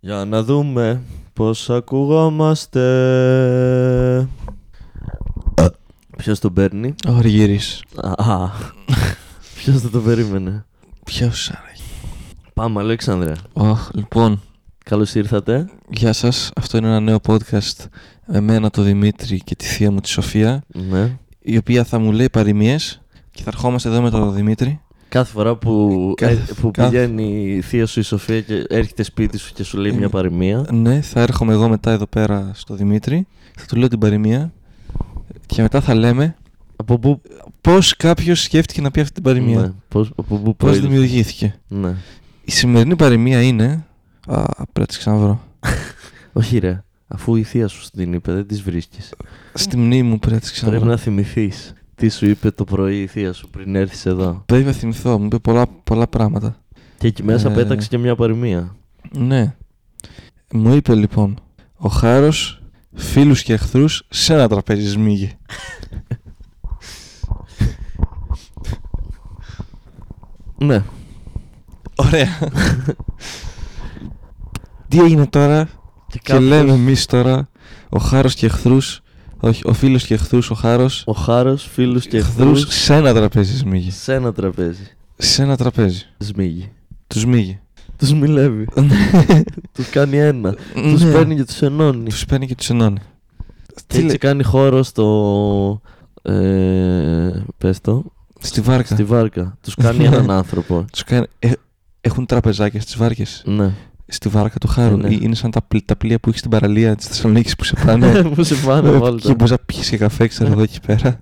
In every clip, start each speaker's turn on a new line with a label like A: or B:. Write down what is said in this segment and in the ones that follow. A: Για να δούμε πώς ακουγόμαστε. Ποιος τον παίρνει.
B: Ο Αργύρης.
A: Α, ποιος θα το περίμενε.
B: Ποιος άραγε.
A: Πάμε Αλέξανδρε.
B: Αχ, λοιπόν,
A: Καλώς ήρθατε.
B: γεια σας. Αυτό είναι ένα νέο podcast με μένα τον Δημήτρη και τη θεία μου τη Σοφία,
A: Ναι.
B: η οποία θα μου λέει παροιμίες και θα ερχόμαστε εδώ με τον Δημήτρη.
A: Κάθε φορά που,
B: Κάθε-
A: ε, που
B: κάθε-
A: πηγαίνει η θεία σου η Σοφία και έρχεται σπίτι σου και σου λέει μια παροιμία.
B: Ναι, θα έρχομαι εγώ μετά εδώ πέρα στο Δημήτρη, θα του λέω την παροιμία και μετά θα λέμε
A: Από πού
B: πώς κάποιος σκέφτηκε να πει αυτή την παροιμία.
A: Ναι, πώς, από πού
B: Πώς
A: προήλθε.
B: δημιουργήθηκε.
A: Ναι.
B: Η σημερινή παροιμία είναι... Α, πρέπει να τη ξαναβρω.
A: Όχι ρε, αφού η θεία σου σου την είπε δεν τις βρίσκεις.
B: Στη μνήμη μου πρέπει να τη ξαναβρω.
A: Πρέπει να θυμηθείς τι σου είπε το πρωί η θεία σου πριν έρθεις εδώ.
B: Πρέπει να θυμηθώ, μου είπε πολλά, πολλά πράγματα.
A: Και εκεί μέσα
B: Ε.
A: πέταξε και μια παροιμία.
B: Ναι. Μου είπε λοιπόν, ο Χάρος φίλους και εχθρούς σε ένα τραπέζι σμίγει.
A: Ναι.
B: Ωραία. Τι έγινε τώρα
A: Και,
B: και λέμε εμείς τώρα, ο Χάρος και εχθρούς, όχι, ο φίλος και εχθρούς, ο Χάρος,
A: Ο χάρος, φίλου και εχθρούς.
B: εχθρούς σε ένα τραπέζι σμίγει.
A: Σε ένα τραπέζι.
B: Σε ένα τραπέζι.
A: Σμίγει.
B: Τους σμίγει.
A: Τους μιλεύει. τους κάνει ένα. του
B: Ναι.
A: Ναι. παίρνει και τους ενώνει.
B: Τους παίρνει και τους ενώνει.
A: Και
B: Τι
A: έτσι
B: λέει,
A: κάνει χώρο στο. Ε, πες το.
B: στη βάρκα.
A: Στη βάρκα. Τους
B: Ναι.
A: κάνει έναν άνθρωπο.
B: Τους κάνει- ε, έχουν τραπεζάκια στις βάρκες.
A: Ναι.
B: στη βάρκα του Χάρου.
A: Ναι.
B: Ή- Είναι σαν τα, πλ- τα πλοία που έχεις στην παραλία της Θεσσαλονίκης που σε πάνε.
A: Μου σε πάνε
B: Ε,
A: βόλτα. Ε.
B: Και μπορείς να πιεις και καφέ, ξέρω εγώ εκεί πέρα.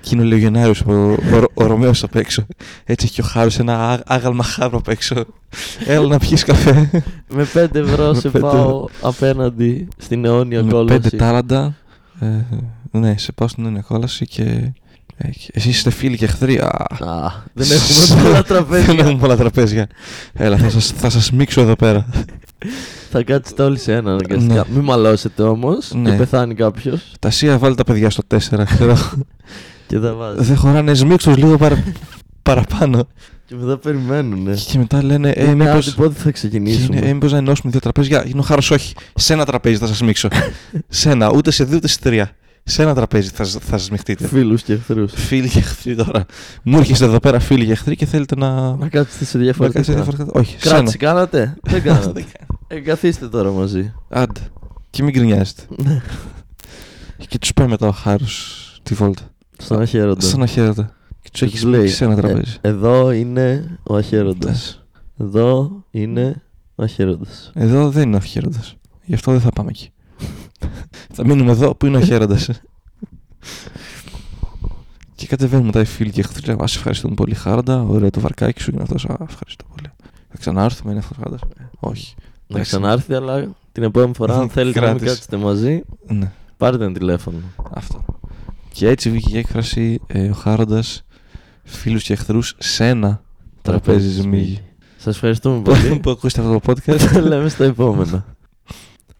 B: Και είναι ο Λεωγενάριο, ο, ο, ο Ρωμαίος απ' έξω. Έτσι έχει και ο Χάρος ένα α- άγαλμα χάρο απ' έξω. Έλα να πιεις καφέ.
A: Με 5 ευρώ
B: Με
A: σε
B: πέντε
A: πάω απέναντι στην αιώνια
B: Με
A: κόλαση.
B: πέντε τάλαντα. Ε, ναι, σε πάω στην αιώνια κόλαση και. ε, Εσεί είστε φίλοι και εχθροί. Α,
A: Α, δεν έχουμε πολλά
B: Δεν
A: τραπέζια.
B: έχουμε πολλά τραπέζια. Έλα, θα σας, θα σας μίξω εδώ πέρα.
A: Θα κάτσετε όλοι σε ένα αναγκαστικά.
B: Ναι.
A: Μην μαλώσετε όμως και
B: Ναι.
A: πεθάνει κάποιος
B: Τα σία βάλει τα παιδιά στο 4, ξέρω.
A: και τα βάζει.
B: Δεν χωράνε, σμίξ τους λίγο παρα... παραπάνω.
A: Και μετά περιμένουνε.
B: και μετά λένε, ε,
A: Ε,
B: μήπως...
A: πότε θα
B: και είναι, ε,
A: ξεκινήσουμε.
B: μήπως να ενώσουμε δύο τραπέζια. Είναι ο χάρος, όχι. Σε ένα τραπέζι θα σας μίξω. σε ένα, ούτε σε δύο, ούτε σε τρία. Σε ένα τραπέζι θα, σ- θα σμιχτείτε.
A: Φίλους και εχθρούς.
B: φίλοι και εχθροί τώρα. Μου έρχεστε εδώ πέρα φίλοι και εχθροί και θέλετε να...
A: Να κάτσετε σε
B: να
A: διαφορετικά.
B: κάνετε διαφορετικά. Όχι, σε ένα.
A: Κράτηση κάνατε. Δεν
B: Δεν
A: κάνατε.
B: κάνω.
A: Ε, καθίστε τώρα μαζί.
B: Άντε. Και μην κρινιάζετε.
A: Ναι.
B: και τους πάει μετά ο χάρος τη βόλτα.
A: Στον αχαίροντα.
B: Σαν να χαίρετε. Και τους
A: Και
B: έχεις
A: τους λέει,
B: μίξει σε ένα
A: «Ε,
B: τραπέζι. Ναι.
A: Εδώ είναι ο αχαίροντας. Εδώ είναι ο αχαίροντας.
B: Εδώ δεν είναι ο χαίροντα. Γι' αυτό δεν θα πάμε εκεί. θα μείνουμε εδώ που είναι ο χαίροντα. και κατεβαίνουν μετά οι φίλοι και οι εχθροί. Λέω, Ας ευχαριστούμε πολύ, Χάροντα. Ωραίο το βαρκάκι σου. Και αυτό. Α ευχαριστώ πολύ. Θα ξανάρθουμε, είναι αυτό ο Χάροντας». «Ε, Όχι.
A: Να ξανάρθει, αλλά την επόμενη φορά, αν θέλετε να μην
B: Κράτηση.
A: κάτσετε μαζί,
B: Ναι,
A: πάρετε ένα τηλέφωνο.
B: αυτό. Και έτσι βγήκε η έκφραση ε, ο Χάροντας φίλους και εχθρούς σε ένα τραπέζι σμίγι.
A: Σας ευχαριστούμε
B: Που-
A: πολύ.
B: που ακούσετε αυτό το podcast.
A: Τα λέμε στο επόμενο.